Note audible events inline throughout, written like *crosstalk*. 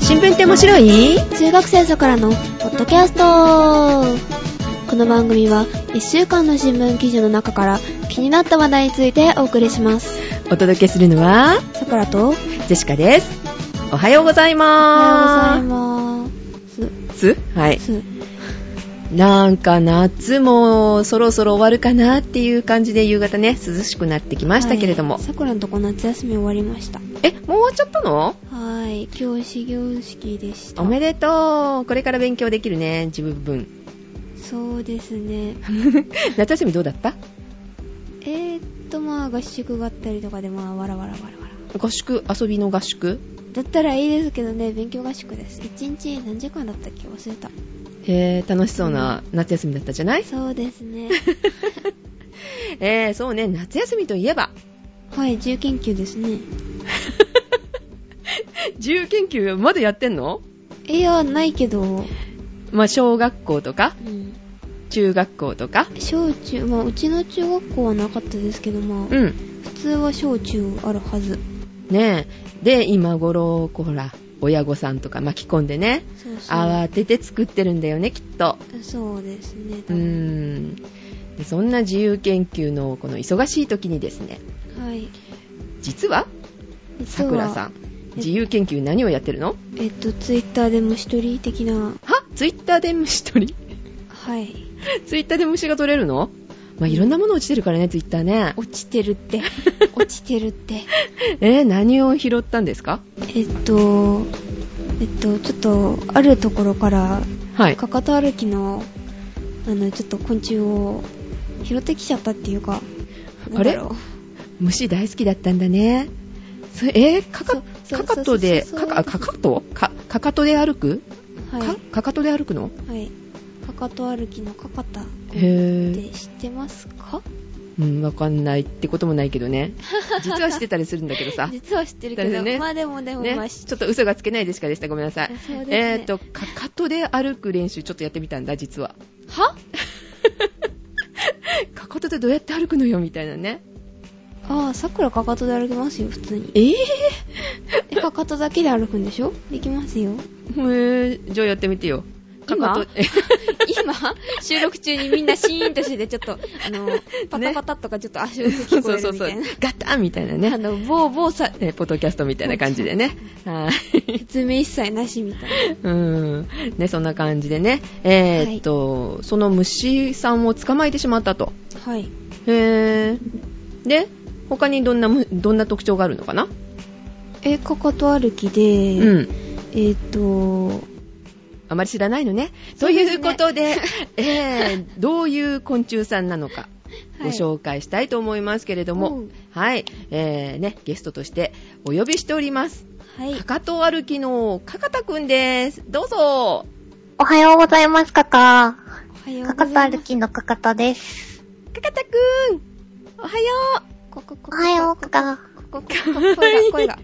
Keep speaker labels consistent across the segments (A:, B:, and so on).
A: 新聞って面白い
B: 中学生さからのポッドキャストこの番組は1週間の新聞記事の中から気になった話題についてお送りします
A: お届けするのは、
B: さからとおはよう
A: ジェシカです。おはようござい
B: ござ
A: ま
B: います
A: ーす。はい。
B: す
A: なんか夏もそろそろ終わるかなっていう感じで夕方ね、涼しくなってきましたけれども。
B: さくらのとこ夏休み終わりましたは
A: え、もう終わっちゃったの
B: ーい今日始業式でした
A: おめでとう。これから勉強できるね、自分分。 *laughs*
B: そうですね
A: 夏休みどうだった
B: えーっとまあ合宿があったりとかでまあわらわらわらわら
A: 合宿、遊びの合宿
B: だったらいいですけどね勉強合宿です1日何時間だったっけ忘れた
A: へー、楽しそうな夏休みだったじゃない
B: そうですね *laughs*
A: えー、そうね、夏休みといえば、
B: はい自由研究ですね
A: 自由研究まだやってんの
B: いやないけど、う
A: まあ、小学校とか、
B: ん、
A: 中学校とか。
B: 小中まあうちの中学校はなかったですけどまあ、
A: うん。
B: 普通は小中あるはず
A: ねえ。で、今頃、こうほら、親御さんとか巻き込んでね、
B: そうそう
A: 慌てて作ってるんだよね、きっと。
B: そうですね
A: うーん。でそんな自由研究のこの忙しい時にですね、
B: はい
A: 実は、さくらさ
B: ん
A: ん、自由研究何をやってるの
B: えっとツイッターで虫取り的な
A: はツイッターで虫取り *laughs*
B: はい
A: ツイッターで虫が取れるのまあ、いろんなもの落ちてるからね、ツイッターね。
B: 落ちてるって *laughs* 落ちてるって
A: えー何を拾ったんですか
B: えっとえっとちょっとあるところから
A: はい。
B: かかと歩きのあのちょっと昆虫を拾ってきちゃったっていうかなんだろう
A: 虫大好きだったんだね。そえーかか、
B: そう
A: かかとで、
B: そ
A: か
B: うそうそう
A: か、かかとか、かかとで歩く、
B: はい
A: か、かかとで歩くの
B: はい。かかと歩きのかかたっ
A: へ
B: て
A: ー。
B: 知ってますか
A: うん、わかんないってこともないけど
B: *laughs*
A: ね。実はしてたりするんだけどさ。
B: 実は知ってるけ
A: だよ
B: ど、
A: ね
B: まあでも *laughs* でも、ま
A: ね、
B: あ知っ
A: ちょっと嘘がつけないでしかでした。ごめんなさい。
B: そうです
A: え
B: ね
A: っ、と、かかとで歩く練習ちょっとやってみたんだ、実
B: *laughs*
A: は。
B: は
A: かかとでどうやって歩くのよ、みたいなね。
B: ああ、さくらかかとで歩きますよ、普通に。
A: えー、
B: え、かかとだけで歩くんでしょできま
A: *laughs*
B: すよ。
A: えー、じゃあやってみてよ。かかと、え
B: 今、収録中にみんなシーンとしてて、ちょっと、あの、パタパタとかちょっと足音
A: そ
B: *laughs* 聞
A: う
B: こえ
A: *laughs* そう
B: るみ
A: そ
B: た
A: う
B: いな。。
A: ガタンみたいなね
B: あ。の、某某さ、
A: えーポッドキャストみたいな感じでね。はい。
B: 説明一切なしみたい
A: う
B: な。
A: ん。ね、そんな感じでね。えーっと、その虫さんを捕まえてしまったと。
B: はい。
A: へー。で、他にどんなむ、どんな特徴があるのかな、
B: え、かかと歩きで、
A: うん。
B: えっ、と、
A: あまり知らないのね。と
B: そうで
A: い
B: すね
A: うことで、えー、どういう昆虫さんなのか、ご紹介したいと思いますけれども、
B: うん
A: はい、えー、ね、ゲストとしてお呼びしております。
B: はい。
A: かかと歩きのかかたくんです。どうぞ
C: おはようございます、カカ。
B: おはよう
C: カ
B: ご
C: カと
B: ざいます
C: 歩。きのカカタです。
A: かかたくんおはよ
B: こここ
C: おはよう、カカ。
B: こここ声が声が。
A: う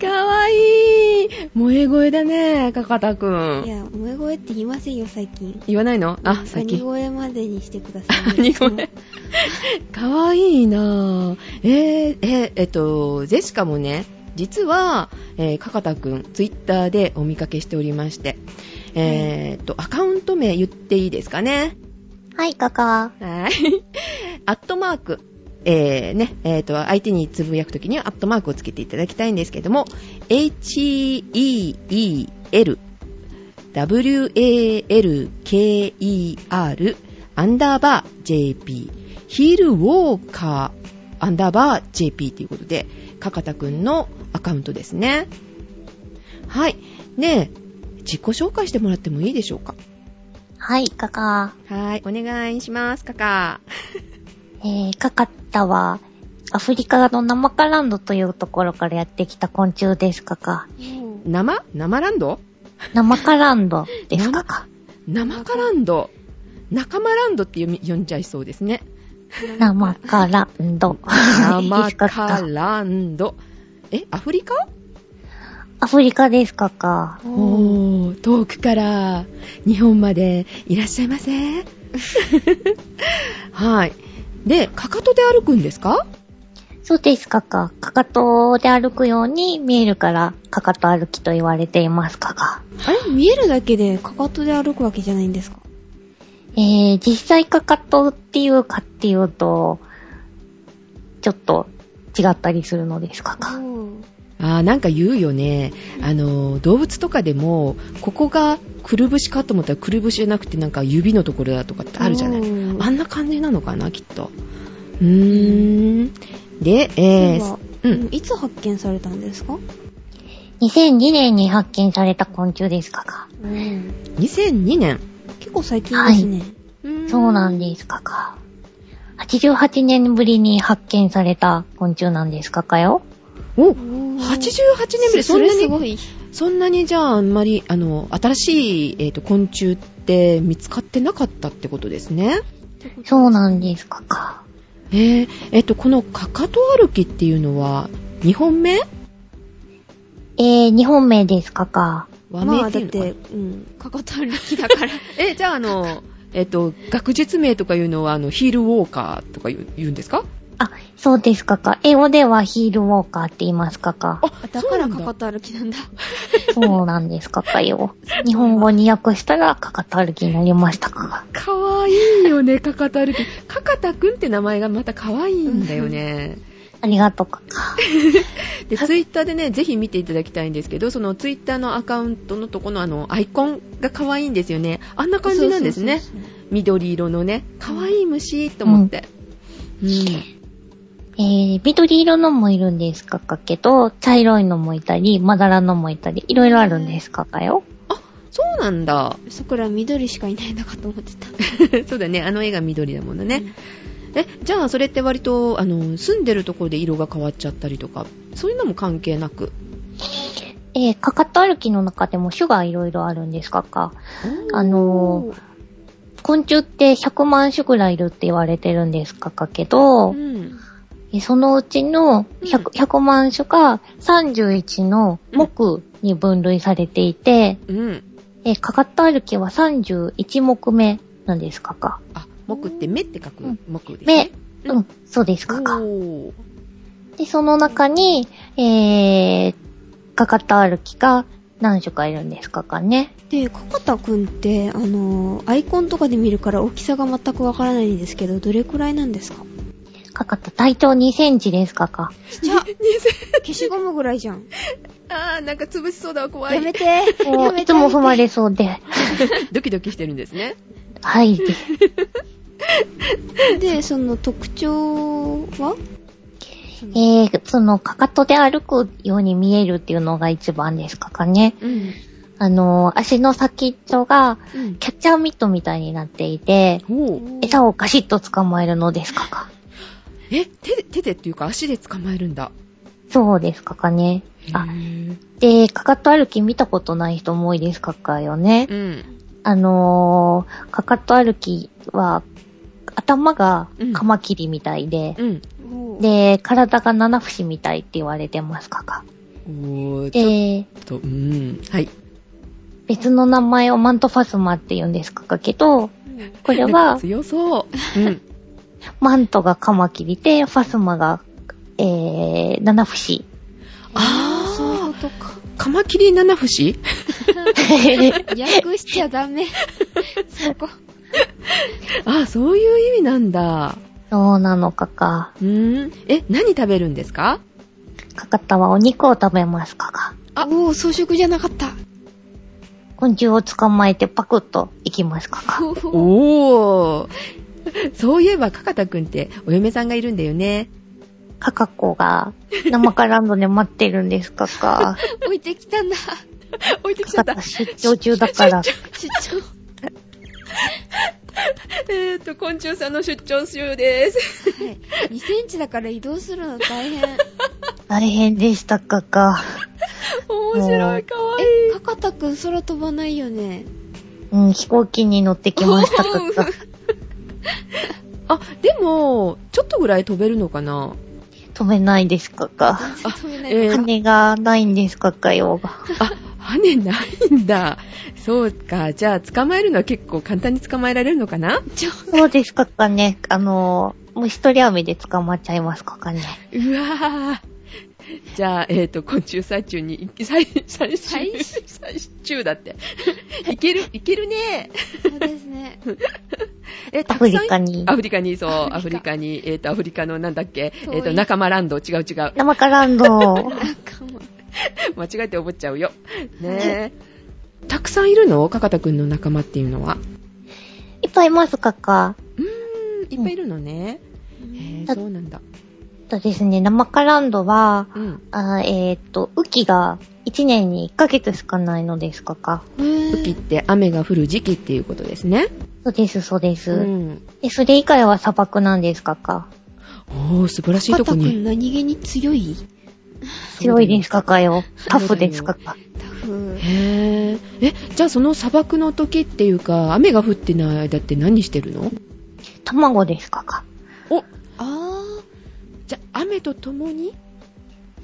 A: かわいい萌え声だね、かかたく
B: い
A: ん。
B: や、萌え声って言いませんよ、最近。
A: 言わないのあ、最
B: 鬼
A: 近。
B: 声までにしてください、
A: 兄 *laughs* 声。かわいいなぁ。えー、えーえっと、ゼシカもね、実は、えー、かかたくん、ツイッターでお見かけしておりまして、えー、っと、アカウント名言っていいですかね。
C: はい、カカ。
A: はい。アットマーク。えー、ね、えっ、と、相手につぶやくときにはアットマークをつけていただきたいんですけども、h-e-e-l w-a-l-k-e-r アンダーバー jp ヒールウォーカーアンダーバー jp ということで、かかたくんのアカウントですね。はい。ねえ自己紹介してもらってもいいでしょうか
C: はい、カカ。
A: はい。お願いします、かか。
C: えー、カカタは、アフリカのナマカランドというところからやってきた昆虫です、カカ。
B: もう
A: 生生ランド
C: ナマカランドです、カカ。
A: 生カランド仲間ランドって読み呼んじゃいそうですね。
C: ナマカランド。
A: 生
C: です、カ
A: カ
C: カ。
A: ランド。え、アフリカ
C: アフリカです、カカ。
B: おー
A: おー、遠くから日本までいらっしゃいませ。 *laughs* はい。で、かかとで歩くんですか
C: そうですかか。かかとで歩くように見えるから、かかと歩きと言われていますかか。
B: あれ見えるだけで、かかとで歩くわけじゃないんですか
C: えー、実際かかとっていうかっていうと、ちょっと違ったりするのですかか。
A: あーなんか言うよね、あのー動物とかでもここがくるぶしかと思ったらくるぶしじゃなくてなんか指のところだとかってあるじゃない
B: うん
A: あんな感じなのかなきっとうーんで、えーう
B: うん
A: ん、
B: いつ発見されたんですか
C: 2002年に発見された昆虫ですかか。
A: 2002年
B: 結構最近ですね。
C: そうなんですかか。88年ぶりに発見された昆虫なんですかかよ。
A: お88
B: おー
A: 年ぶりそんな
B: れす
A: に
B: ごい。
A: そんなにじゃああんまりあの新しい、えー、と昆虫って見つかってなかったってことですね
C: そうなんですかか。
A: えーえっとこのかかと歩きっていうのは2本目
C: えー、日本名ですかか。
A: 和
B: ま
A: 名っ
B: あ、
A: て
B: だ
A: いうのかな
B: って、うん、かかと歩きだから。
A: え、じゃあ、あの、えっと、学術名とかいうのは、あの、ヒールウォーカーとか言う言うんですか
C: あ、そうですかか。英語ではヒールウォーカーって言いますか *laughs* か。
A: あ
B: だからか
A: か
B: かと歩きなんだ。
C: そうなんですかかよ。日本語に訳したらかかと歩きになりましたかか。
A: かわいいよね、かかと歩き。かかたくんって名前がまたかわいいんだよね。
C: ありがとうか *laughs* か。
A: で、ツイッターでね、ぜひ見ていただきたいんですけど、そのツイッターのアカウントのとこのあの、アイコンがかわいいんですよね。あんな感じなんですね。
B: そうそうそう
A: 緑色のね、かわいい虫と思って。うん。
C: えー、緑色のもいるんですかかけど、茶色いのもいたり、まだらのもいたり、いろいろあるんですかかよ。
A: そうなんだ。 *laughs*
B: そう。桜緑しかいないのかと思ってた。
A: そうだね、あの絵が緑だものね。え、じゃあそれって割と、あの、住んでるところで色が変わっちゃったりとか、そういうのも関係なく。
C: えー、かかと歩きの中でも種がいろいろあるんですかか。あのー昆虫って100万種ぐらいいるって言われてるんですかかけど、
A: うん。
C: えそのうちの 100,、
A: うん
C: 100万種が31の目に分類されていて、
A: うん。
C: えかかった歩きは31目目なんですかか。
A: あ、木って目って書く、
C: うん
A: 木です、
C: 目
A: ね。、
C: うん、そうですかか。
A: おー
C: で、その中に、えー、かかった歩きが何種かいるんですかかね。
B: で、かかたくんって、あのーアイコンとかで見るから大きさが全くわからないんですけど、どれくらいなんですか
C: かかった体長2センチですかか。
B: ちっちゃ *laughs* 消しゴムぐらいじゃん。
A: あー、なんか潰しそうだ、怖
B: やめ
A: い。
B: て。や
C: もう
B: め
C: い
B: て
C: つ。も踏まれそうで。
A: *laughs* ドキドキしてるんですね。
C: はい。
B: で、その特徴は
C: えー、その、かかとで歩くように見えるっていうのが一番ですかかね。
A: うん。
C: あのー、足の先っちょが、
A: うん。
C: キャッチャーミットみたいになっていて、
A: おー
C: 餌をガシッと捕まえるのですかか。
A: え、手で、手でっていうか足で捕まえるんだ。
C: そうですかかね。あ
A: へ、ー
C: で、かかと歩き見たことない人も多いですかかよね。
A: うん。
C: あのー、かかと歩きは、頭がカマキリみたいで、
A: うん。
C: で、体が七節みたいって言われてますかか。
A: おー、ちょ
C: で、
A: っと、うん。はい。
C: 別の名前をマントファスマって言うんですかかけど、これ
A: *laughs*
C: は
A: 強そう。うん。
C: マントがカマキリで、ファスマが、えー、七節。
B: あ
A: あ
B: ー、
A: ー
B: そういうことか。
A: カマキリ七節
B: *laughs*
A: *laughs*
B: 訳しちゃダメ。そこ。
A: あ、そういう意味なんだ。
C: そうなのかか。
A: うーん。え、何食べるんですか
C: かかったはお肉を食べますかか。
B: あ、おー、装飾じゃなかった。
C: 昆虫を捕まえてパクッといきますかか。
A: *laughs* おー。そういえば、かかたくんってお嫁さんがいるんだよね。
C: かかこが生カランドで待ってるんですかか。
B: 置いてきたんだ。
A: *laughs* 置いてきちゃ
C: か
A: った
C: かた。出張中だから。
B: ちっちゃ。
A: えーっと、昆虫さんの出張中 *laughs* です。
B: はい。2センチだから移動するの大 *laughs* 変。
C: 大変でしたかか。
A: *laughs* 面白い、かわいい。
B: え、かかたくん空飛ばないよね。
C: うん、飛行機に乗ってきましたかか。
A: あ、でも、ちょっとぐらい飛べるのかな
C: 飛べないですかか。
B: 全然飛べない。
A: えー
C: 羽がないんですかかよ。
A: あ、羽ないんだ。そうか。じゃあ、捕まえるのは結構簡単に捕まえられるのかな
C: そうですかかね。あのー、もう一人雨で捕まっちゃいますかかね。
A: うわー。じゃあ、えっ、と、昆虫最中に、最、最
B: 最
A: 終、最中だって。 *laughs* いける、いけるね。
B: そうですね。
A: え、
C: ア
A: た
C: フ
A: くさ
C: リ
A: ん
C: カに
A: ア。フリカに、そう、ア
B: ア
A: フ
B: フ
A: リ
B: リカ
A: カに、えっ、と、アフリカのなんだっけ、
B: 遠い
A: えっ、と、仲間ランド、違う違う。
C: 生カランド。
B: なんかもう。
A: 間違えて覚えちゃうよ。ねえ。たくさんいるのかかたくんの仲間っていうのは。
C: いっぱいいますかか。
A: うーん、いっぱいいるのね。へえ、
C: だ
A: そうなんだ。
C: あとですね、生カランドは、
A: うん。
C: あーえーっと、雨季が1年に1ヶ月しかないのですかか。
A: 雨季って雨が降る時期っていうことですね。
C: そうです、そうです、
A: うん。
C: で、それ以外は砂漠なんですかか。
A: おー、素晴らしい
B: パ
A: と
B: タ
A: こ
B: 君
A: に。
B: 何気に強い
C: 強いですかかよ。タ
A: そう
C: フ
A: だよ
C: ですかか。
B: タフ。
A: へえ。え、じゃあその砂漠の時っていうか、雨が降ってない間って何してるの
C: 卵ですかか。
A: お、
B: あ
A: じゃあ雨とともに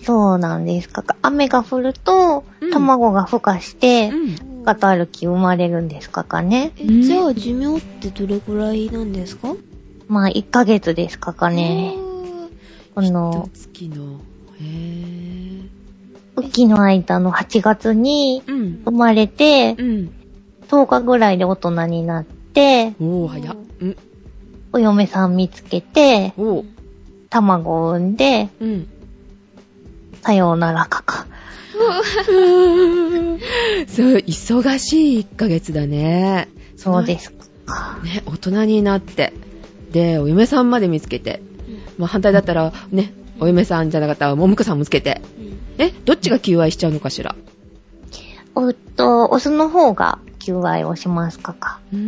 C: そうなんですかか。雨が降ると
A: うん、
C: 卵が孵化して、
A: ん。
B: ー。
C: ガタ歩き生まれるんですかかね。
B: え
A: うん
B: じゃあ寿命ってどれくらいなんですか
C: まあ、1ヶ月ですかかね。この、
A: 月の。へえ。
C: 雨季の間の8月に
A: うん。
C: 生まれて、
A: うん。
C: 10日ぐらいで大人になって、
A: おー、早っ。うん。
C: お嫁さん見つけて、
A: おー。
C: 卵を産んで、
A: うん。
C: さようならかか。
A: そう、忙しい1ヶ月だね。
C: そうですか。
A: ね、大人になって。で、お嫁さんまで見つけて。まあ反対だったら、ね、お嫁さんじゃなかったら、もむくさんもつけて。え、どっちが求愛しちゃうのかしら
C: おっと、オスの方が求愛をしますかか。
A: うー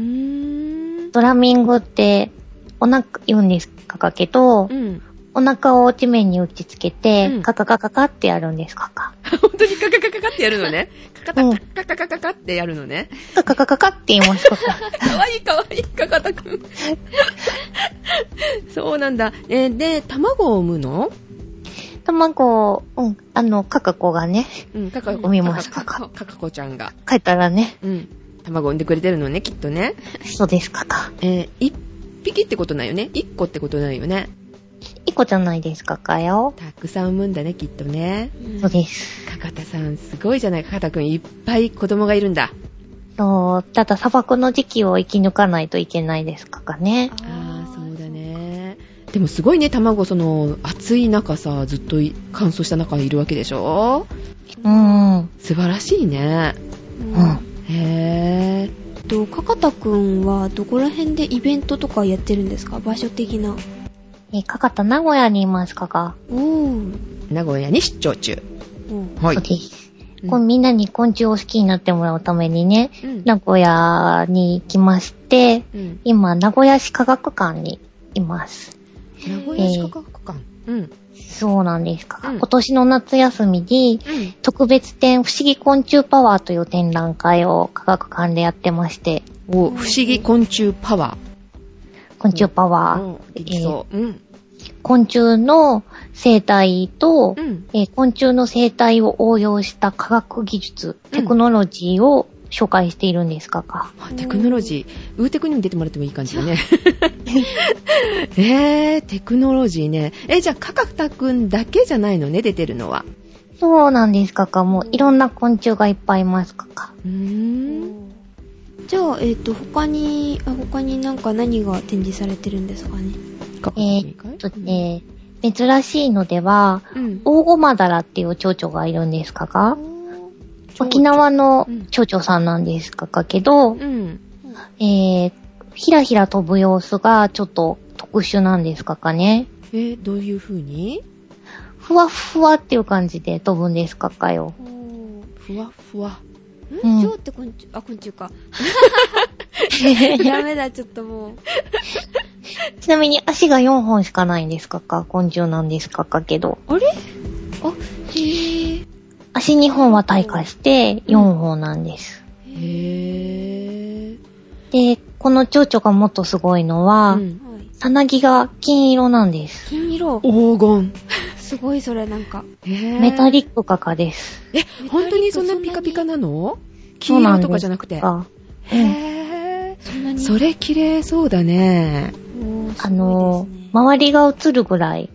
A: ん。
C: ドラミングって、お腹、言うんですかかけ
A: う、
C: ど
A: ん。
C: お腹を地面に打ちつけ
A: う
C: て
A: ん、
C: カカカカカってやるんですかか。
A: 本当にカカカカカってやるのね。カカ
C: うん
A: カカカカカってやるのね。
C: カカカカカって言いますかか。
A: *laughs* かわいいかわいい、かかたくん。そうなんだ。えーで、卵を産むの
C: 卵を、うん、あの、カカコがね、
A: うん、かか
C: 産みます
A: かかかかこちゃんが。
C: 帰ったらね、
A: うん。卵産んでくれてるのね、きっとね。
C: そうですかか。
A: えー一匹ってことないよね。一個ってことないよね。
C: 一個じゃないですかかよ。
A: たくさん産むんだね、きっとね。
C: そうです。
A: かかたさん、すごいじゃない。かかたくん、いっぱい子供がいるんだ。
C: そう、ただ砂漠の時期を生き抜かないといけないですかかね。
A: ああ、そうだね。でもすごいね、卵、その、暑い中さ、ずっとい乾燥した中にいるわけでしょ
C: うん。うん。
A: 素晴らしいね。
B: うん
A: へえ。
B: えっと、かかたくんはどこら辺でイベントとかやってるんですか場所的な。
C: えー、かかた名古屋にいますかか。
B: おー。
A: 名古屋に出張中。
B: おー
A: は
C: そうです。
A: うん
C: こうみんなに昆虫を好きになってもらうためにね、
A: うん
C: 名古屋に行きまして、
A: うん
C: 今、名古屋市科学館にいます。
A: 名古屋市科学館。うん。
C: そうなんですか。
A: うん
C: 今年の夏休みに、特別展、不思議昆虫パワーという展覧会を科学館でやってまして、
A: お、不思議昆虫パワ
C: 昆虫パ
A: ー。
C: ワー、
A: うんできそう。うん。
C: 昆虫の生態と、
A: うん。
C: えー昆虫の生態を応用した科学技術、
A: うん
C: テクノロジーを紹介しているんですかか。
A: あテクノロジー。ウーテクにも出てもらってもいい感じだね。 *laughs* えー、テクノロジーね。え、じゃあ、かかたくんだけじゃないのね、出てるのは。
C: そうなんですかか。もういろんな昆虫がいっぱいいますかか。
A: うーん。
B: じゃあ、えっ、と、他に、あ他になんか何が展示されてるんですかね
A: かかたくん
C: えー
A: 以外
C: っとね、珍しいのでは、
A: うん。
C: オオゴマダラっていう蝶々がいるんですかが、沖縄の蝶々さんなんですかかけど、
A: うん。
C: えー、ひらひら飛ぶ様子がちょっと特殊なんですかかね。
A: えー、どういう風に
C: ふわふわっていう感じで飛ぶんですかかよ。
B: おー
A: ふわふわ。
C: うん
B: ん蝶って昆虫、あ、昆
A: *laughs*
B: 虫か。 *laughs* ダメだ、ちょっともう。
C: ちなみに足が4本しかないんですかか、昆虫なんですかかけど。
B: あれあ、へぇ
C: 足2本は退化して4本なんです。
A: へー。
C: で、この蝶々がもっとすごいの
A: あ
C: は、
A: うん、
B: はい。
C: さなぎが金色なんです。
B: 金色。
A: 黄金。
B: すごい、それなんか。
A: へー
C: メタリックカカです。
A: え、本当にそんなピカピカなの
C: そ
A: 黄
C: う
A: 色
C: なんです
A: とかじゃなくて。
C: あ
A: へー。
B: そんなに。
A: それ綺麗そうだね。
B: おー
C: あの
B: すごいですね
C: 周りが映るぐらい、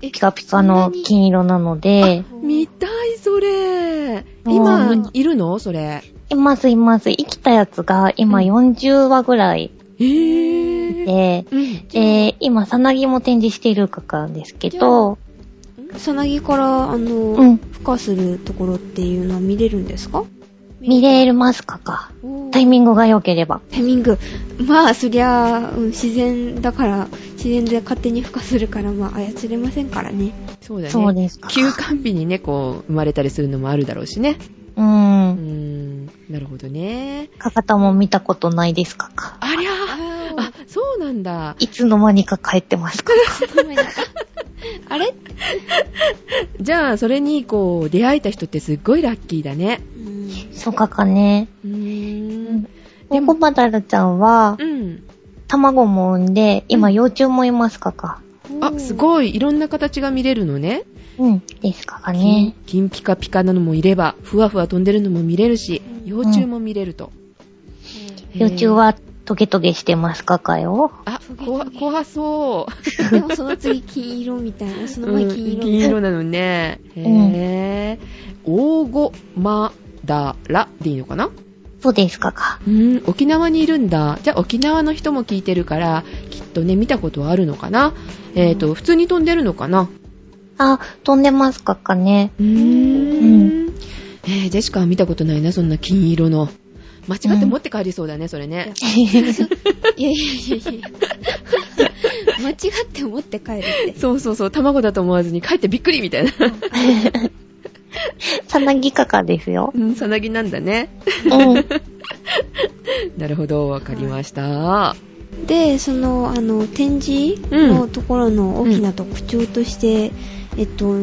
B: え
C: ピカピカの金色なので、
A: 見たい、それ。今
C: うん、
A: いるのそれ。
C: いますいます。生きたやつが今
A: うん
C: 40話ぐらい
A: えぇー。
C: で、
A: うん。
C: で、今、さなぎも展示しているかかんですけど、
B: さなぎから、あの、
C: うん、
B: 孵化するところっていうのは見れるんですか
C: 見れますかか。
B: おー
C: タイミングが良ければ。
B: タイミング。 *laughs* まあ、そりゃ、うん自然だから、自然で勝手に孵化するから、まあ、操れませんからね。
A: そうだ
C: そう
A: ね。
C: ですか。
A: 休館日にね、こう、生まれたりするのもあるだろうしね。
C: う
A: うー
C: ん。
A: ん。なるほどね。
C: かかたも見たことないですかか。
A: ありゃー。あ、そうなんだ。
C: いつの間にか帰ってま
A: *laughs*
C: すか。
B: あれ
A: じゃあ、それに、こう、出会えた人ってすっごいラッキーだね。
B: うん。
C: そうかかね。
A: うーん。
C: でも、まだらちゃんは
A: う、ん。
C: 卵も産んで、今、幼虫もいますかか。
A: あ、すごい。いろんな形が見れるのね。
C: うん。ですかかね。
A: 金ピカピカなのもいれば、ふわふわ飛んでるのも見れるし、
B: うん
A: 幼虫も見れると。へー
C: 幼虫は、トゲトゲしてますかかよ。
A: あ
B: ト、ゲト
A: 怖、
B: ゲ
A: 怖そう。
B: うんでも、その次、金色みたいな。その前、
A: うん
B: 金
A: 金
B: 色みたいな。
A: 色なのね。へぇー。大ごまだらでいいのかな
C: そうですかか。
A: うん、沖縄にいるんだ。じゃあ沖縄の人も聞いてるから、きっとね、見たことはあるのかな。えっ、と、普通に飛んでるのかな。
C: あ、飛んでますかか *laughs* ね。
A: うー。
C: うん
A: えー、ジェシカは見たことないな、そんな金色の。間違って持って帰りそうだね、それね。
B: いやいやいやい *laughs* や。間違って持って帰るって。
A: そうそうそう、卵だと思わずに帰ってびっくりみたいな。
C: さなぎかかですよ。
A: うん、さなぎなんだね。
C: うん。
A: なるほど、わかりました。
B: で、その、あの、展示
A: うん
B: のところの大きな特徴として、えっと、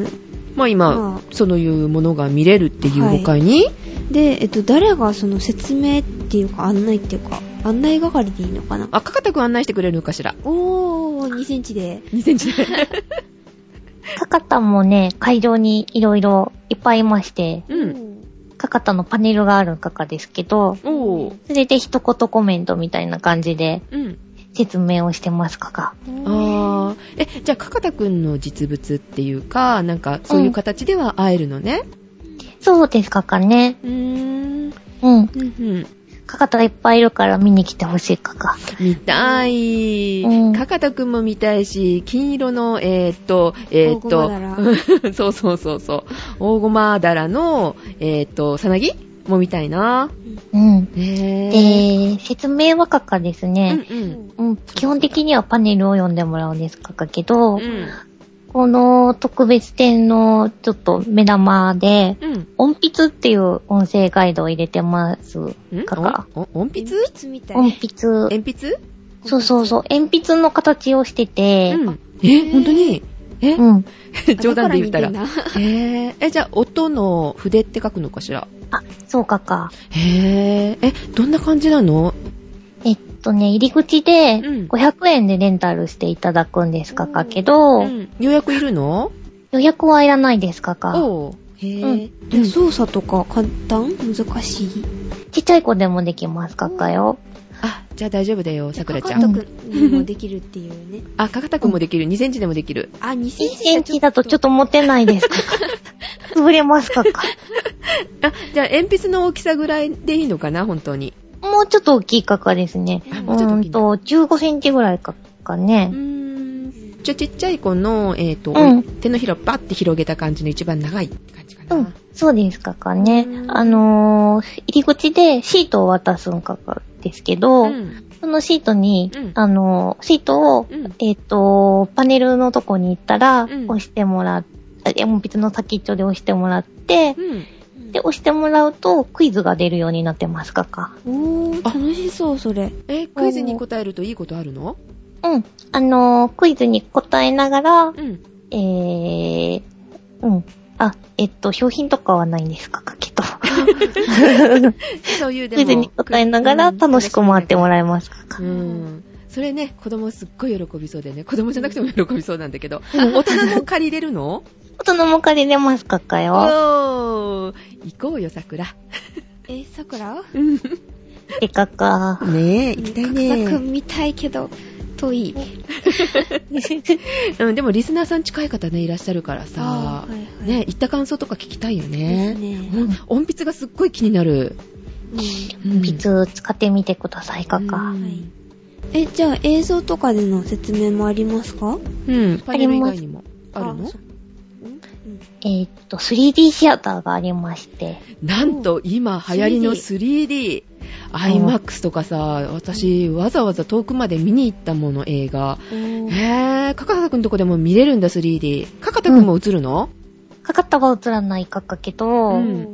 A: まあ今、
B: ま
A: そういうものが見れるっていう他に、
B: で、えっと、誰がその説明っていうか、案内っていうか、案内係でいいのかな
A: あ、かかたくん案内してくれるのかしら。
B: おー、2センチで。
A: 2センチで。 *laughs*
C: かかたもね、会場にいろいろいっぱいいまして、
A: うん。
C: かかたのパネルがあるかかですけど、
A: おー。
C: それで一言コメントみたいな感じで
A: うん。
C: 説明をしてますかか。
A: あー。え、じゃあ、かかたくんの実物っていうか、なんか、そういう形では会えるのね。
C: そうですかかね。
A: うーん。
C: うん。
A: うんうん。
C: かかたいっぱいいるから見に来てほしいかか。
A: 見たい
C: うん。
A: かかたくんも見たいし、金色の、えーっと、えーっ
B: 大駒だら
A: と、 *laughs* そうそうそうそう。大ごまだらの、えーっと、さなぎも見たいな。
C: うん。
A: ねえ。
C: で、説明はかかですね。
A: うんうん。
C: うん。基本的にはパネルを読んでもらうんですかかけど、
A: うん。
C: この特別展のちょっと目玉で、
A: うん。
C: 音筆っていう音声ガイドを入れてます
A: ん
C: かか。
A: おお音筆
B: 鉛筆みたい
C: 音
B: な。
C: 筆。
A: 鉛筆
C: そうそうそう。鉛筆の形をしてて、
A: うん。え、本当にえ
C: うん。
A: *laughs* 冗談で言ったら。
B: だか似てんな
A: へえ。え、じゃあ、音の筆って書くのかしら
C: あ、そうかか。
A: へえ。え、どんな感じなの
C: えっとね、入り口で
A: うん
C: 500円でレンタルしていただくんですかかけ
A: う
C: ど、
A: ん。予約いるの
C: 予約はいらないですかか。
A: おう。へえ
C: うん。
A: うん
B: で操作とか簡単難しい
C: ちっちゃい子でもできますかかよ。
A: あ、じゃあ大丈夫だよ、さくらちゃ
B: か
A: ん。
B: かとくんにもできるっていうね。
A: あ、かかたくんもできる。2センチでもできる。
B: あ、2セ
C: 1
B: ンチ
C: センチだとちょっと持てないで
A: *laughs*
C: すかか。潰れますかか。
A: あ、じゃあ、鉛筆の大きさぐらいでいいのかな、本当に。
C: もうちょっと大きいかかですね。
A: あ
C: う
A: もうちょっと
C: ー
A: 大
C: ん
A: きいんだ
C: と、15センチぐらいかか
A: う
C: ね。
A: ーん。じゃあ、ちっちゃい子の、えっと
C: うん、
A: 手のひらをバッて広げた感じの一番長い感じかな
C: う。、
A: ん
C: そうですかかね
A: う。ん
C: あのー、入り口でシートを渡すんかかですけど、
A: ん。
C: そのシートに、
A: うん
C: あの、シートを、
A: うん
C: えっ、と、パネルのとこに行ったら、
A: うん
C: 押してもらっ、あ鉛筆の先っちょで押してもらって、
A: うん。
C: で、押してもらうと、クイズが出るようになってますかか。
B: おー、
A: あ
B: 楽しそう、それ。
A: え、クイズに答えるといいことあるの
C: うん。あの、クイズに答えながら、
A: うん。
C: えー、うん。あ、えっと、商品とかはないんですかかけど。
A: そういうで
C: クイズに答えながら、楽しく回ってもらえますかか。
A: うん。それね、子供すっごい喜びそうでね。子供じゃなくても喜びそうなんだけど。大人も借りれる
C: *laughs*
A: の
C: 大人も借りれますかかよ。
A: おー。行こうよ、桜。
B: え、さくら
C: でかか。
A: ねえ、行きたい
B: かく
A: ね。
B: ん見たいけど、遠い。
A: うん、でもリスナーさん近い方ね、いらっしゃるからさ
B: あ、ーはいはい
A: ね、行った感想とか聞きたいよね。
B: ですね
A: うん、音筆がすっごい気になる。うん
C: ピツ使ってみてください、カカ
A: う。ん
B: はいえ、じゃあ映像とかでの説明もあります
A: う
B: か
A: ん、パネル以外にも。あるの
B: そうん
C: えーっと、3D シアターがありまして、
A: なんと今流行りの 3D、IMAX とかさ、私わざわざ遠くまで見に行ったもの映画。
B: おー
A: へぇー、かかたくんとこでも見れるんだ 3D。かかたくんも映るの、
C: かかったが映らないカカけ
A: う
C: ど、
B: うんん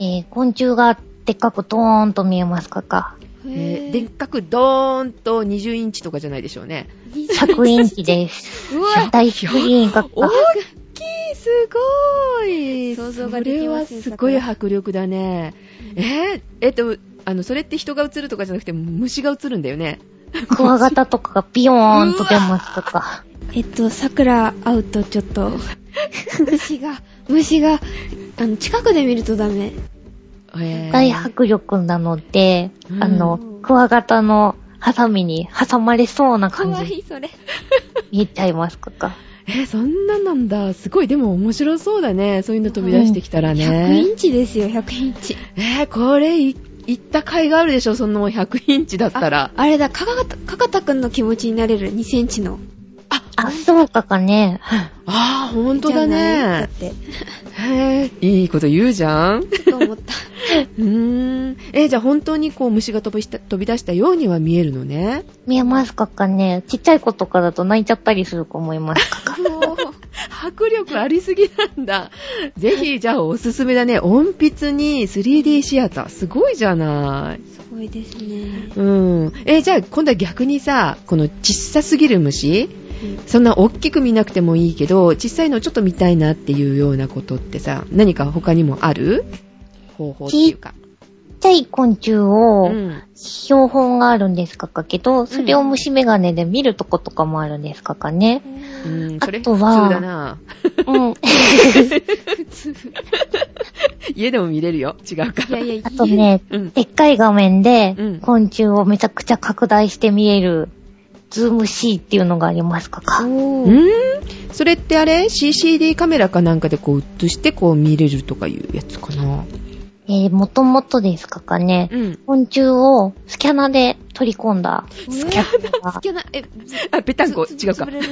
C: えー昆虫がでっかくドーンと見えます、カカ。
A: えー
B: へー
A: でっかくドーンと20インチとかじゃないでしょうね。
C: 100インチです。
A: う
C: 大きいカカ。
A: 大きいすごい
B: 想像ができますね
A: それはすごい迫力だね。えー、えっと、あの、それって人が映るとかじゃなくて虫が映るんだよね。
C: クワガタとかがビヨーンと出ます、カカ。
B: えっと、桜会うとちょっと、虫が、 *laughs* 虫が、あの、近くで見るとダメ。
A: えー
C: 大迫力なので、
A: うん
C: あの、クワガタのハサミに挟まれそうな感じ、
B: い、それ。
C: 見えちゃいます、カカ。
A: えーそんななんだ。すごい。でも面白そうだね。そういうの飛び出してきたら
B: 100イ
A: ね。
B: ンチですよ、100インチ。
A: えーこれい、行った甲斐があるでしょその100インチだったら。
B: あれだ、かかた、かかたくんの気持ちになれる、2センチの。
C: あ、そうかかね。
A: ああー、ほんとだ
B: じゃないだ
A: ね。
B: って、
A: へえ、いいこと言うじゃ
B: *laughs*
A: ん。う
B: ちょっと思った。
A: ーん。えーじゃあ本当にこう虫が飛びした飛び出したようには見えるのね。
C: 見えますかかね。ちっちゃい子とかだと泣いちゃったりする子もいま
A: *laughs*
C: すか
A: 迫力ありすぎなんだ。ぜひ、じゃあおすすめだね。音筆に 3D シアター。すごいじゃない。
B: すごいですね。
A: うん。えーじゃあ今度は逆にさ、この小さすぎる虫そんな大きく見なくてもいいけど、小さいのちょっと見たいなっていうようなことってさ、何か他にもある方法っていうか。
C: ちっちゃい昆虫
A: う
C: を、
A: ん。
C: 標本があるんですかかけど、それを虫眼鏡で見るとことかもあるんですかかね。
A: うん、それ
C: あ
A: 普
C: と
A: 通
C: は
A: だな。
C: うん。
A: 家でも見れるよ。違うか。
B: いやいや、いい
C: あ
A: *laughs*
C: とね、
A: うん。
C: でっかい画面で
A: うん
C: 昆虫をめちゃくちゃ拡大して見える、ズーム C っていうのがありますかか。
B: お
A: う
B: ー。
A: ーんそれってあれ ?CCD カメラかなんかでこう映してこう見れるとかいうやつかな
C: えー、もともとですかかね、
A: うん。
C: 昆虫をスキャナで取り込
A: *laughs*
C: んだ。スキャナ
B: ス
C: が
B: キャナ、え、
A: あ、ぺったんこ
B: つ
A: 違うか
B: 潰。れる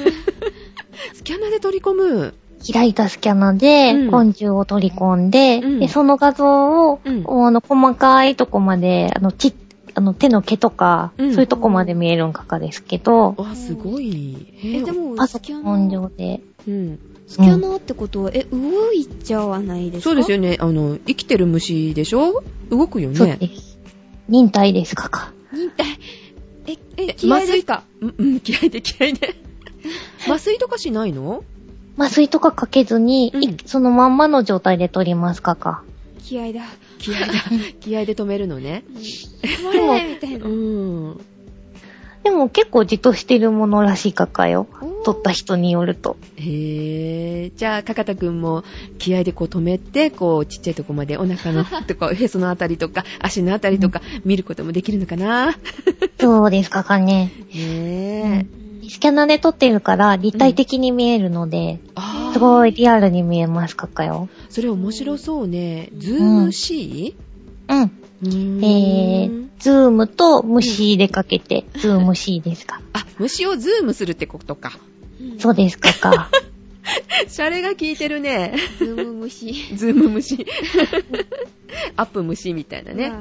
A: スキャナで取り込む。
C: 開いたスキャナで
A: うん
C: 昆虫を取り込んで、
A: うん
C: でその画像を、
A: うん
C: あの細かいとこまで、あのちあの手の毛とか、
A: うん
C: そういうとこまで見えるんかかですけど、
A: わ、すごい。へ
B: え、
A: ー
B: でも、
C: パ
B: ス
C: ソ
B: キャ
C: コン
B: ナ、
C: 上で。
A: うん。
B: スキャナってことは、え、動いちゃわないですか
A: そうですよね。あの、生きてる虫でしょ動くよ
C: そう
A: ね。
C: です。忍耐ですかか。
B: 忍耐。え、え、
A: 麻
B: 嫌いで
A: 酔
B: すか
A: うん、うん、嫌いで嫌い
B: *laughs*
A: で。麻酔とかしないの
C: 麻酔とかかけずに、
A: うん
C: いそのまんまの状態で取りますかか。
B: 嫌いだ。
A: 気 *laughs* 合いだ。気合で止めるのね。
B: 止まれないみたいうな。
A: ん。
C: でも結構じっとしてるものらしいかかよ
B: おー。
C: 取った人によ
A: *laughs*
C: ると。
A: へえ。じゃあ、かかたくんも気合でこう止めて、こう、ちっちゃいとこまでお腹のとか、へそのあたりとか、足のあたりとか、見ることもできるのかな。
C: そうですかかね。
A: ねえ。
C: スキャナで撮ってるから立体的に見えるので、
A: あー
C: すごいリアルに見えますかかよ。
A: それ面白そうね。ズーム C?
C: うん。
A: うーん
C: えー、ズームと虫でかけて、ズーム C で
A: *laughs*
C: すか。
A: あ、虫をズームするってことか。
C: そうですか
A: *laughs*
C: か。
A: シャレが効いてるね。
B: ズーム虫。
A: ズーム虫。
C: *laughs*
A: アップ虫みたいなね。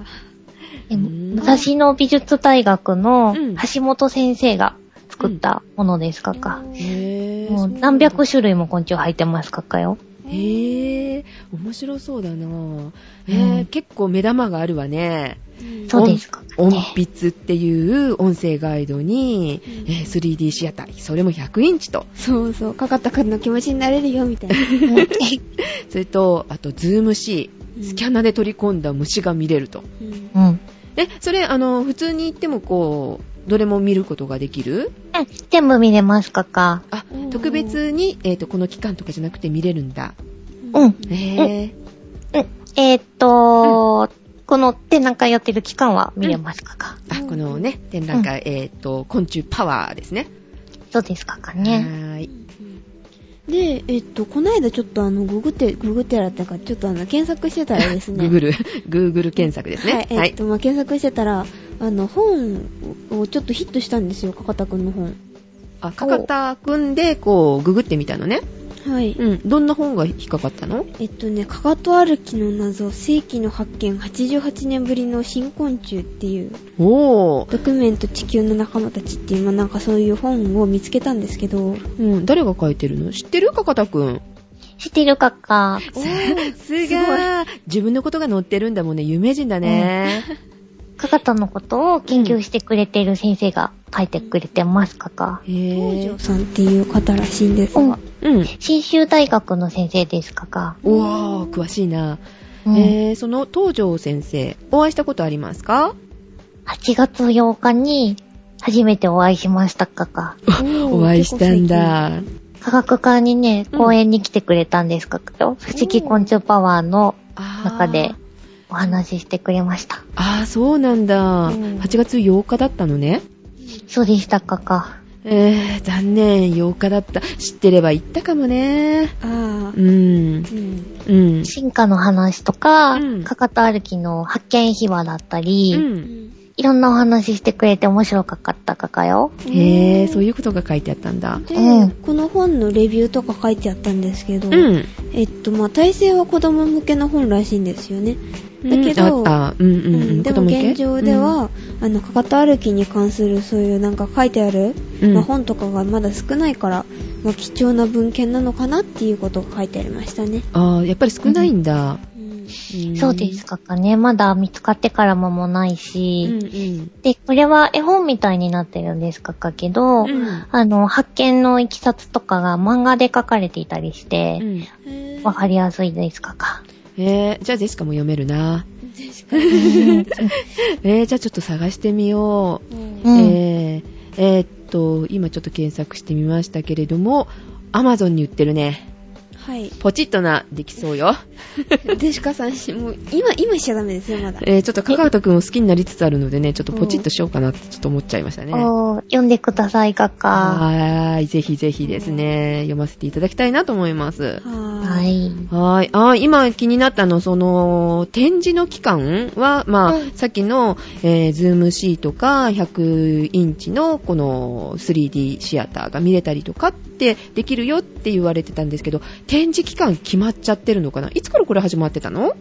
C: でも
A: うん
C: 武蔵野美術大学
A: う
C: の
A: ん
C: 橋本先生が作ったものですかか。
A: へ
C: もう
A: ー
C: 何百種類も昆虫入ってますかかよ。
A: へえ、面白そうだなえー
C: うん
A: 結構目玉があるわね。
C: そうですか。
A: 音
C: ね
A: 筆っていう音声ガイドに、
B: うん
A: えー 3D シアター、それも100インチと。
B: そうそう、かかったくんの気持ちになれるよ、みたいな。
A: それと、あと、ズーム C、スキャナで取り込んだ虫が見れると。
B: うん
C: うん。
A: え、それ、あの、普通に行ってもこう、どれも見ることができる
C: うん全部見れますかか。
A: あ
B: うん、
A: 特別に、えっ、と、この期間とかじゃなくて見れるんだ。
C: うん
A: へえ。
C: うんえーっと、この展覧会やってる期間は見れますかか、
A: あ、このね、展覧会、えっ、と、昆虫パワーですね。
C: どうですかか
A: は
C: ね。
A: ーい。
B: で、えっと、こないだちょっとあの、ググって、ググってらってか、ちょっとあの、検索してたらです
A: *laughs*
B: ね。
A: グーグル、グーグル検索ですね。
B: はい、えっと、まあ、検索してたら、あの、本をちょっとヒットしたんですよ、かかたくんの本。
A: あ、かかたくんで、こう、ググってみたのね。
B: はい。
A: うん。どんな本が引っかかったの
B: えっとね、かかと歩きの謎、世紀の発見、88年ぶりの新昆虫っていう、
A: おー。
B: ドキュメント地球の仲間たちっていう、まあ、なんかそういう本を見つけたんですけど、
A: うん。誰が書いてるの知ってるかかたくん。
C: 知ってるかか。
A: すがー *laughs* 自分のことが載ってるんだもんね。有名人だね。
C: かかとのことを研究してくれている先生が書いてくれてますかか。
A: へ
B: 東
A: ぇ
B: 條さんっていう方らしいんです
C: う
B: が
C: ん、。
A: うん。
C: 新州大学の先生ですかか。
A: おー、詳しいな。
C: うん
A: えー、その東條先生、お会いしたことありますか
C: 8月8日に初めてお会いしましたかか。
A: お会いしたん。だ。
C: 科学館にね、
A: うん
C: 公園に来てくれたんですかかよ。不思議昆虫パワーの中
A: 中
C: でお話ししてくれました。
A: ああ、そうなんだ。
B: うん
A: 8月8日だったのね。
C: そうでしたかか。
A: えー、残念、8日だった。知ってれば行ったかもね。
B: あ
A: う
B: ー
A: ん、
B: うん。
A: うん、
C: 進化の話とか、
A: うん
C: かかと歩きの発見秘話だったり、
A: うん。
C: いろんなお話ししてくれて面白かったかかよ。
A: へえ、そう
B: い
A: いうことが書いてあったんだ。
B: で、
C: うん
B: この本のレビューとか書いてあったんですけど、
A: うん。
B: えっと、まあ、体制は子供向けの本らしいんですよね。だけど
A: うんあった、うんうんうん。
B: で
A: 子
B: も
A: 供向け
B: 現状で、は、あのかかと歩きに関するそういうなんか書いてある、
A: うん
B: まあ、本とかがまだ少ないから、まあ、貴重な文献なのかなっていうことが書いてありましたね、
A: ああ、やっぱり少ないんだ。ん
C: そうです。かかね。まだ見つかってから間もないうし、
A: んうん。
C: で、これは絵本みたいになってるんですかかけど、
A: うん
C: あの、発見のいきさつとかが漫画で書かれていたりして
A: う、ん
C: わ、かりやすいですかか。
A: えー、じゃあジェシカも読めるな。 *laughs*
C: うん
A: えー、じゃあちょっと探してみよう。
C: うん
A: えーえーっと、今ちょっと検索してみましたけれども、アマゾンに売ってるね。
B: はい
A: ポチッとな、できそうよ。
B: でしかさんしもう今今しちゃダメですよまだ
A: えー、ちょっとかかとくんを好きになりつつあるのでね、ちょっとポチッとしようかなってちょっと思っちゃいましたね。
C: おー読んでください、かか。
A: はーい、ぜひぜひですね、読ませていただきたいなと思います。
B: は
C: は
B: ーい
C: い。
A: はーい。あー今気になったの、その、展示の期間は、まあ、
B: うん
A: さっきの、えー、ズームシーとか、100インチの、この、3D シアターが見れたりとかって、できるよって言われてたんですけど、展示期間決まっちゃってるのかないつからこれ始まってたの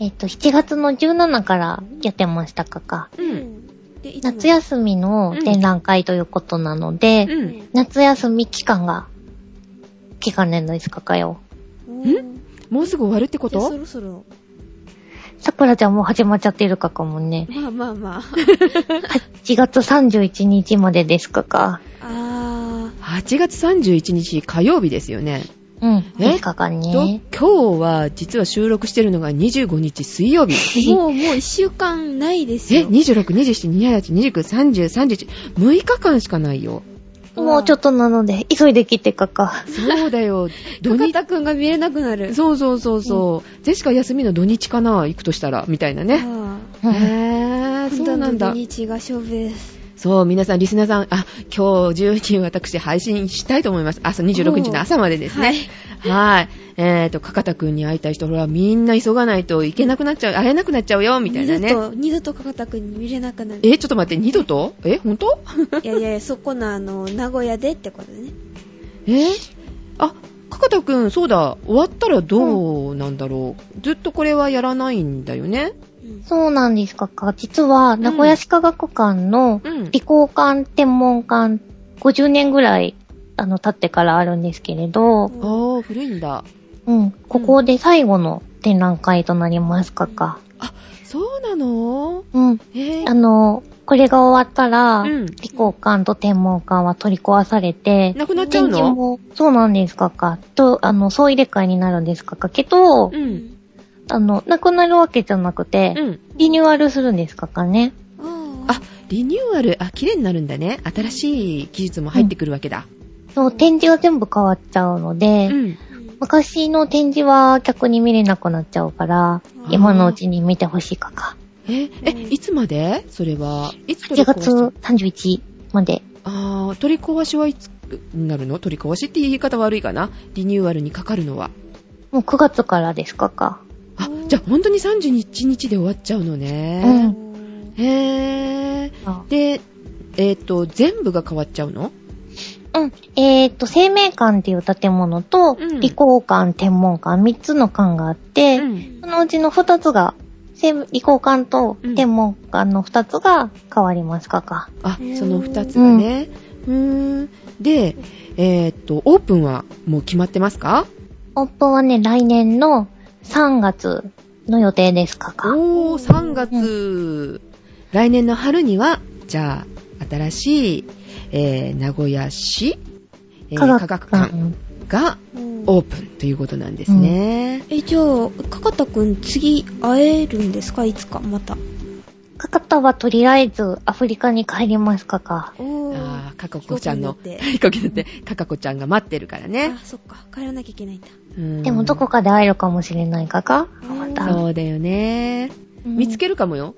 C: えっ、と、7月の17からやってましたかか。
A: うん。
B: でいつも
C: 夏休みの展覧会ということなので、
A: うん。
C: 夏休み期間が、期間年のですかかよ。
B: おー
A: もうすぐ終わるってこ
B: じゃあそ
A: と
B: ろそろ
C: さくらちゃんもう始まっちゃってるかかもね。
B: まあまあまあ
C: 7月31日までですかか。
A: *laughs*
B: あ
A: ?8 月31日火曜日ですよね。
C: うん。
A: え
C: ですかか
A: と
C: ね。
A: 今日は、実は収録してるのが25日水曜日。
B: ーもうもう1週間ないです
A: え、
B: よ
A: 26、27、28、29、30、31、6日間しかないよ。
C: もうちょっとなので、急いで来てかか。
A: そうだ
B: *laughs*
A: よ。土
B: 高
A: 日。
B: 田くんが見れなくなる
A: そうそうそうそう。ゼシカ休みの土日かな行くとしたら、みたいなね。
B: あ
A: へぇー、
B: ー
A: そうなんだ
B: 今度。土日が勝負です
A: そう、皆さん、リスナーさん、あ、今日中に私配信したいと思います。朝26日の朝までですね。はい。えーと、かかたくんに会いたい人、ほら、みんな急がないといけなくなっちゃう、会えなくなっちゃうよ、みたいな
B: 二
A: ね。
B: 度と、二度とかかたくんに見れなくなる。い
A: え、ちょっと待って、二度とえ、ほんと
B: やいやいや、そこのあの、名古屋でってことね。
A: えあ、かかたくん、そうだ、終わったらどうなんだろう。ずっとこれはやらないんだよね。
B: うん
C: そうなんですかか。実は、名古屋市科学館の
A: うん
C: 理工館、天文館、50年ぐらい、あの、経ってからあるんですけれど、
A: あー、古いんだ。
C: うん、ここで最後の展覧会となりますかか。
A: そうなの
C: うん。
A: えー
C: あの、これが終わったら、
A: うん
C: 理工館と天文館は取り壊されて、
A: なくなっちゃう
C: 展示
A: の
C: も、そうなんですかか、と、あの、総入れ替えになるんですかか、けど、
A: うん。
C: あの、なくなるわけじゃなくて、
A: うん。
C: リニューアルするんですかかね。
A: あ、リニューアル、あ、綺麗になるんだね。新しい技術も入ってくるわけだ。
C: そう、展示が全部変わっちゃうので、
A: うん。
C: 昔の展示は逆に見れなくなっちゃうから
B: う、ん
C: 今のうちに見てほしいかか。
A: え、え、いつまでそれは。いつ取
C: 8
A: り壊し
C: 月31日まで。
A: あー、取り壊しはいつになるの取り壊しって言い方悪いかな。リニューアルにかかるのは。
C: もう9月からですかか。
A: あ、じゃあ本当に31日で終わっちゃうのね。へー。
C: あ
A: で、えっ、と、全部が変わっちゃうの
C: うん。えっ、と、生命館っていう建物と、
A: うん
C: 理工館、天文館、3つの館があって、
A: ん。
C: そのうちの2つが、生理工館と
A: うん
C: 天文館の2つが変わりますかか。
A: あ、その2つがね。うーん。で、えっ、と、オープンはもう決まってますか
C: オープンはね、来年の3月の予定ですかか。
A: おー、3月。来年の春には、じゃあ、新しい、えー、名古屋市、えー
C: 科
A: 科学
C: 学館
A: 館。がオープンということなんですね。
D: え、じゃあ、かかたくん、次会えるんですかいつか、また。
C: かかたはとりあえずアフリカに帰りますかか。
D: おー。
A: あー、かかこちゃんの
D: 飛行機に乗って、
A: 飛行機に乗って、かかこちゃんが待ってるからね
D: あ。、そっか。帰らなきゃいけないんだ。
A: うん
C: でもどこかで会えるかもしれないかか。また。
A: そうだよね。見つけるかもよ。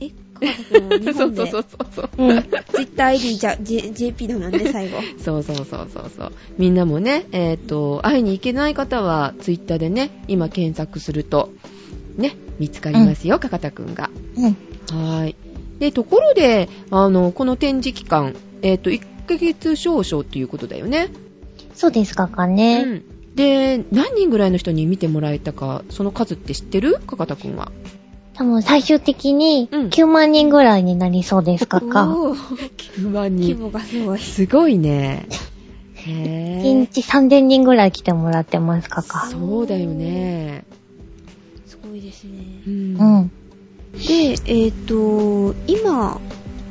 D: え、かかたくんは日
A: *laughs* そう
D: 本
A: そう
D: で
A: そ。うそう。
D: うん。ツイッター ID じゃ、J、JP のなん *laughs* で最後。
A: そうそうそうそうそう。みんなもね、えっ、と、会いに行けない方は、ツイッターでね、今検索すると、ね、見つかりますよ、かかたくんが。
C: うん。
A: はーい。で、ところで、あの、この展示期間、えっ、と、1ヶ月少々っていうことだよね。
C: そうですかかね。
A: うん、で何人ぐらいの人に見てもらえたかその数って知ってるかかたくんは
C: 多分最終的に
A: うん
C: 9万人ぐらいになりそうですかか。
D: おー
A: 9万
D: 規模がすごい。
A: すごいね
C: 1
A: へえ
C: 日3000人ぐらい来てもらってますかか。
A: そうだよね
D: すごいですね。
A: うん
C: うん。
D: で、えっ、と、今は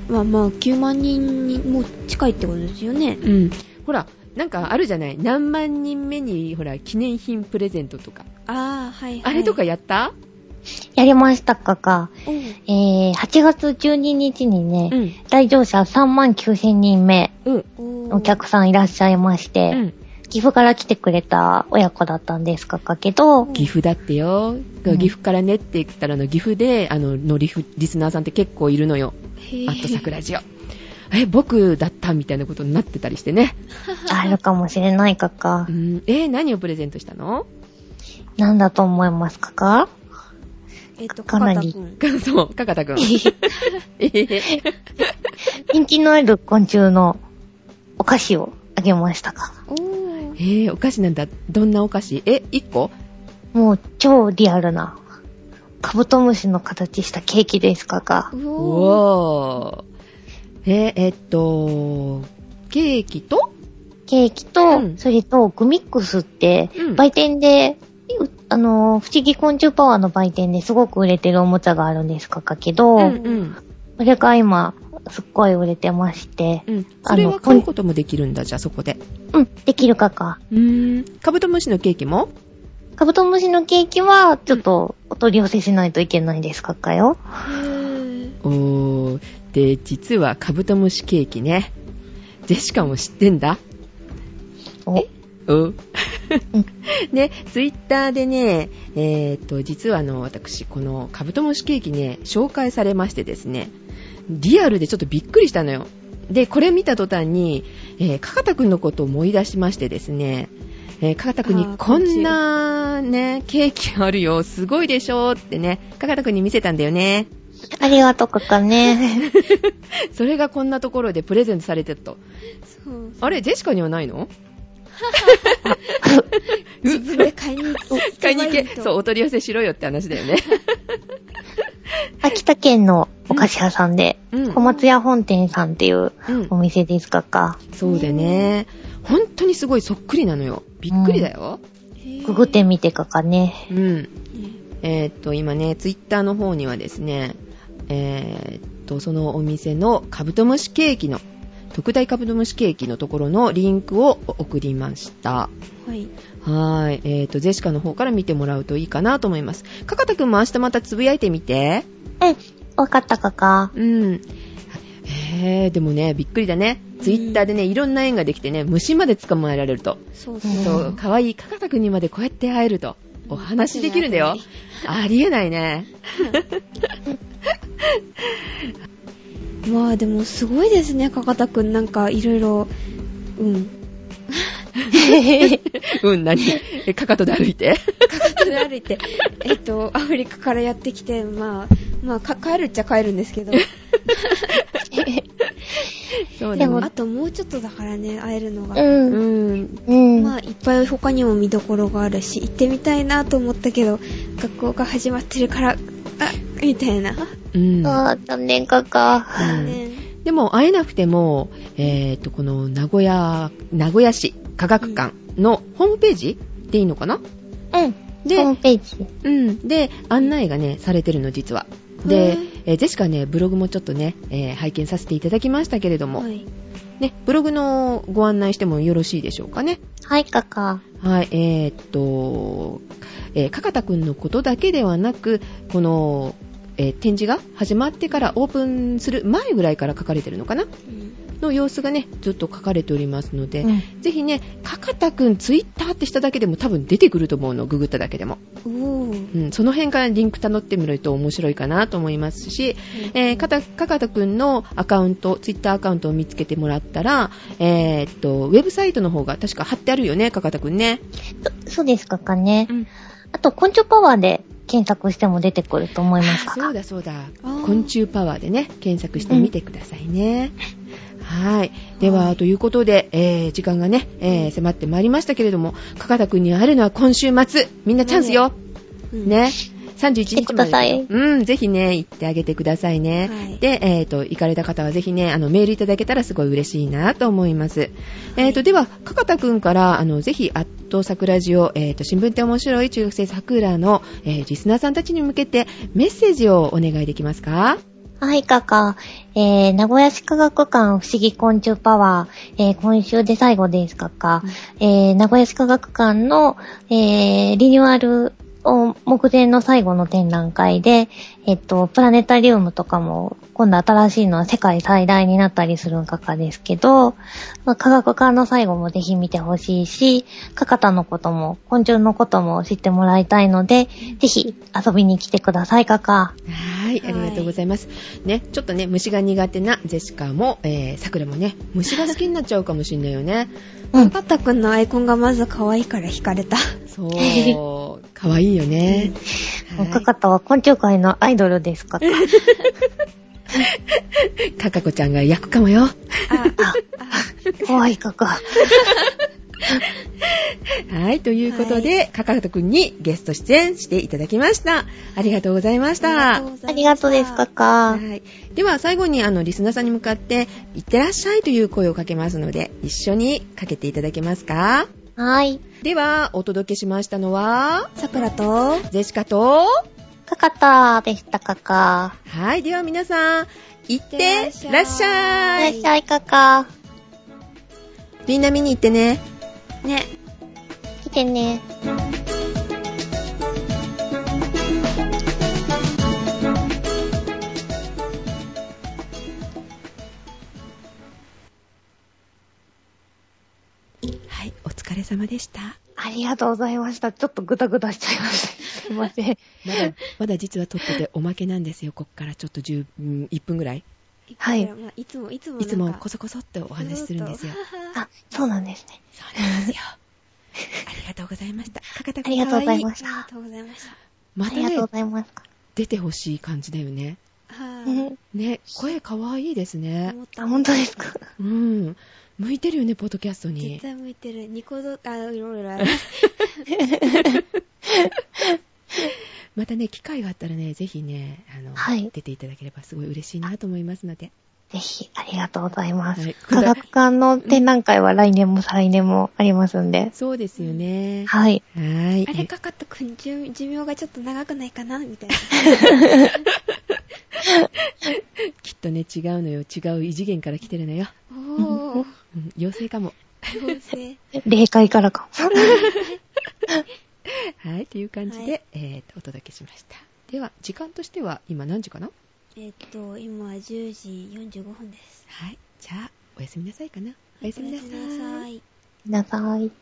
D: まあ9万人にもう近いってことですよね。
A: うんほらなんかあるじゃない何万人目にほら記念品プレゼントとか、
D: ああ、はい、
A: あれとかやった
C: やりましたかか。
D: うん
C: えー、8月12日にね、
A: ん
C: 来場者3万9000人目
A: うん
D: お
C: お客さんいらっしゃいま
A: う
C: して、
A: ん、
C: 岐阜から来てくれた親子だったんですかかけど、
A: 岐阜だってよ、
C: うん
A: 岐阜からねって言ったらあの岐阜であののリフリスナーさんって結構いるのよ
D: へ
A: あと桜ジオ。え、僕だったみたいなことになってたりしてね。
C: あるかもしれないかか
A: う。ん、えー何をプレゼントしたの
C: なんだと思いますかか
D: えっ、と、
C: か
D: か
C: な
D: か
C: り
D: たくん。
A: そう、かか *laughs* たくん。えへへ
C: 人気のある昆虫のお菓子をあげましたか。
D: おー
A: えーお菓子なんだ。どんなお菓子え、1個
C: もう超リアルな、カブトムシの形したケーキですかか。
D: うおー
A: おー。えーえっと、ケーキと
C: ケーキと、
A: うん
C: それとグミックスって、
A: うん
C: 売店で、うあのー、不思議昆虫パワーの売店ですごく売れてるおもちゃがあるんですかかけど、
A: うんうん。
C: それが今、すっごい売れてまして、
A: うん。
C: あの
A: それは買うこともできるんだ、じゃあそこで。
C: うん、できるかか。
A: うーん。カブトムシのケーキも
C: カブトムシのケーキは、ちょっと、お取り寄せしないといけないですかかよ。
A: おー。で、実はカブトムシケーキね。ジェシカも知ってんだ
C: お
A: うん。 *laughs* ね、ツイッターでね、えーっと、実はあの、私、このカブトムシケーキね、紹介されましてですね、リアルでちょっとびっくりしたのよ。で、これ見た途端に、えー、かかたくんのことを思い出しましてですね、えー、かかたくんに
D: あー
A: こんなね、ケーキあるよ、すごいでしょってね、かかたくんに見せたんだよね。
C: ありがとうかか *laughs* ね。
A: それがこんなところでプレゼントされてたと。
D: そう
A: あれ、ジェシカにはないの
D: *laughs*
A: *laughs*
D: 自分で買いに行け。
A: *laughs* 買いに行け。そう、
D: う。
A: お取り寄せしろよって話だよね。
C: 秋田県のお菓子屋さんで、
A: *laughs* うん
C: 小松屋本店さんっていう
A: うん
C: お店ですかか。
A: そうでね、本当にすごいそっくりなのよ。びっくりだよ。
D: へー
C: くぐってみてかかね。
A: うん。えーっと、今ね、ツイッターの方にはですね、えーっと、そのお店のカブトムシケーキの、特大カブトムシケーキのところのリンクを送りました。
D: はい。
A: はーい。えーっと、ジェシカの方から見てもらうといいかなと思います。かかたくんも明日またつぶやいてみて。
C: うん、わかったかか。
A: うん。へー、でもね、びっくりだね。ツイッターでね、いろんな縁ができてね、虫まで捕まえられると。
D: そうそう。
A: そう、かわいいかかたくんにまでこうや
C: *laughs*
A: って会えると、お話できるんだよ。ありえないね。
D: まあでもすごいですね、かかたくん。なんかいろいろ、うん。
A: うん、何えかかとで歩いて。
D: それ歩い
A: *laughs*
D: て、えっと、アフリカからやってきて、まあ、まあ、か帰るっちゃ帰るんですけど。
A: そう
C: で
A: だ
C: も
A: ね
D: あともうちょっとだからね、会えるのが。
C: う。
A: うんん。
C: うん。
D: まあ、いっぱい他にも見どころがあるし、行ってみたいなと思ったけど、学校が始まってるから、あ、みたいな。
A: うん。
C: あー残念かか。
A: うん
D: ね
A: でも会えなくても、えっ、と、この名古屋、名古屋市科学館のホームページでいいのかな
C: うん。
A: で
C: ホームページ。
A: うん。で、案内がね、されてるの、実は。で
D: へ、
A: えージェシカね、ブログもちょっとね、えー拝見させていただきましたけれども、
D: はい。
A: ね、ブログのご案内してもよろしいでしょうかね。
C: はい、かか。
A: はい、えーっと、えー、かかたくんのことだけではなく、この、えー展示が始まってからオープンする前ぐらいから書かれてるのかなの様子がね、ずっと書かれておりますので、
C: うん
A: ぜひね、かかたくんツイッターってしただけでも多分出てくると思うの、ググっただけでも。
D: おー。
A: うん、その辺からリンクたどってみると面白いかなと思いますし、えーかた、かかたくんのアカウント、ツイッターアカウントを見つけてもらったら、えーっと、ウェブサイトの方が確か貼ってあるよね、かかたくんね。
C: そそうですかかね。
A: うん
C: あと、昆虫パワーで検索しても出てくると思いますか
A: そ
C: か
A: う。だそうだ。
D: あー
A: 昆虫パワーでね、検索してみてくださいね。はい。では、ということで、えー時間がね、えー迫ってまいりましたけれども、かかたくんに会えるのは今週末。みんなチャンスよ。
D: うん
A: ね。31
C: 来て
A: 日
C: く
A: ま
C: だ
A: で
C: さい
A: ですよ。うん、ぜひね、行ってあげてくださいね。
D: はい
A: で、えっ、と、行かれた方はぜひね、あの、メールいただけたらすごい嬉しいなと思います。えっ、と、では、かかたくんから、あの、ぜひ、アットサクラジオ、えっ、と、新聞って面白い中学生さくらの、えーリスナーさんたちに向けて、メッセージをお願いできますか
C: はい、かか。えー、名古屋市科学館不思議昆虫パワー。えー、今週で最後ですかか。えー、名古屋市科学館の、えー、リニューアルを目前の最後の展覧会で、えっと、プラネタリウムとかも、今度新しいのは世界最大になったりするかかですけど、まあ科学館の最後もぜひ見てほしいし、かかたのことも、昆虫のことも知ってもらいたいので、ぜひ遊びに来てください、かか。
A: はい、あ
D: はい
A: りがとうございます。ね、ちょっとね、虫が苦手なジェシカも、えー、さくらもね、虫が好きになっちゃうかもしれないよ *laughs* ね。
C: うん。
D: パタくんのアイコンがまず可愛いから惹かれた。
A: そう、かわいいよね。はい
C: かかたは昆虫界のアイドルですかか。
A: かかこちゃんが焼くかもよ。
C: 怖いか
A: *laughs*
C: か。
A: はい、ということで、かかとくんにゲスト出演していただきました。ありがとうございました。
C: ありがとうです、かか。
A: はい。では、最後に、あの、リスナーさんに向かって、いってらっしゃいという声をかけますので、一緒にかけていただけますか
C: はい。
A: では、お届けしましたのは、
D: さくらと、
A: ジェシカと、
C: かかたでしたかか。
A: はい、では皆さん、いってらっし
C: い
A: ゃ
C: ら
A: い
C: っしゃいかか。
A: みんな見に行ってね。
D: ね、
C: 来てね。
A: はい、お疲れ様でした。
C: ありがとうございました。ちょっとグダグダしちゃいました。すいま
A: *laughs*
C: せん。
A: まだ、まだ実は撮ってておまけなんですよ。こっからちょっと10、うん1分ぐらい。
C: はい
D: まあいつも、いつもなん
A: い
D: か、
A: つもこそこそってお話しするんですよ。
C: あ、そうなんですね。
A: *laughs* そうなんですよ。ありがとうございました。かかた
C: あ
A: くん
C: りがとうございま
A: た。
C: し
D: ありが
C: た。
D: とうございました。
A: ま
C: あ
A: た
C: りがとう
A: ね
C: ご、ざいます。
A: 出てほしい感じだよね。
D: は
A: ね、声かわいいです
D: ぁ、
A: ね
D: 思。った
C: あ、本当ですか。
A: うん。向いてるよね、ポッドキャストに
D: 絶。対向いてる。ニコ動、あ、いろいろある。
A: またね、機会があったらね、ぜひね、あの、
C: はい
A: 出ていただければすごい嬉しいなと思いますので。
C: ぜひ、ありがとうございま
A: は
C: す
A: い。
C: 科学館の展覧会は来年も再来年もありますんで。
A: そうですよね。は
C: はい。
A: ーい。
D: あれかかったくん、寿寿命がちょっと長くないかなみたいな。
A: えきっとね、違うのよ。違う異次元から来てるのよ。
D: おー、
A: うん、妖精かも。 *laughs*
D: 妖精。
C: 霊界からかも。
A: はい、という感じで、
D: はい
A: えーと、お届けしました。では、時間としては今何時かな
D: えっと、今10時45分です。
A: はい。じゃあ、おやすみなさいかな。おやすみなさ
D: おやすみないさ。い。
C: なさい。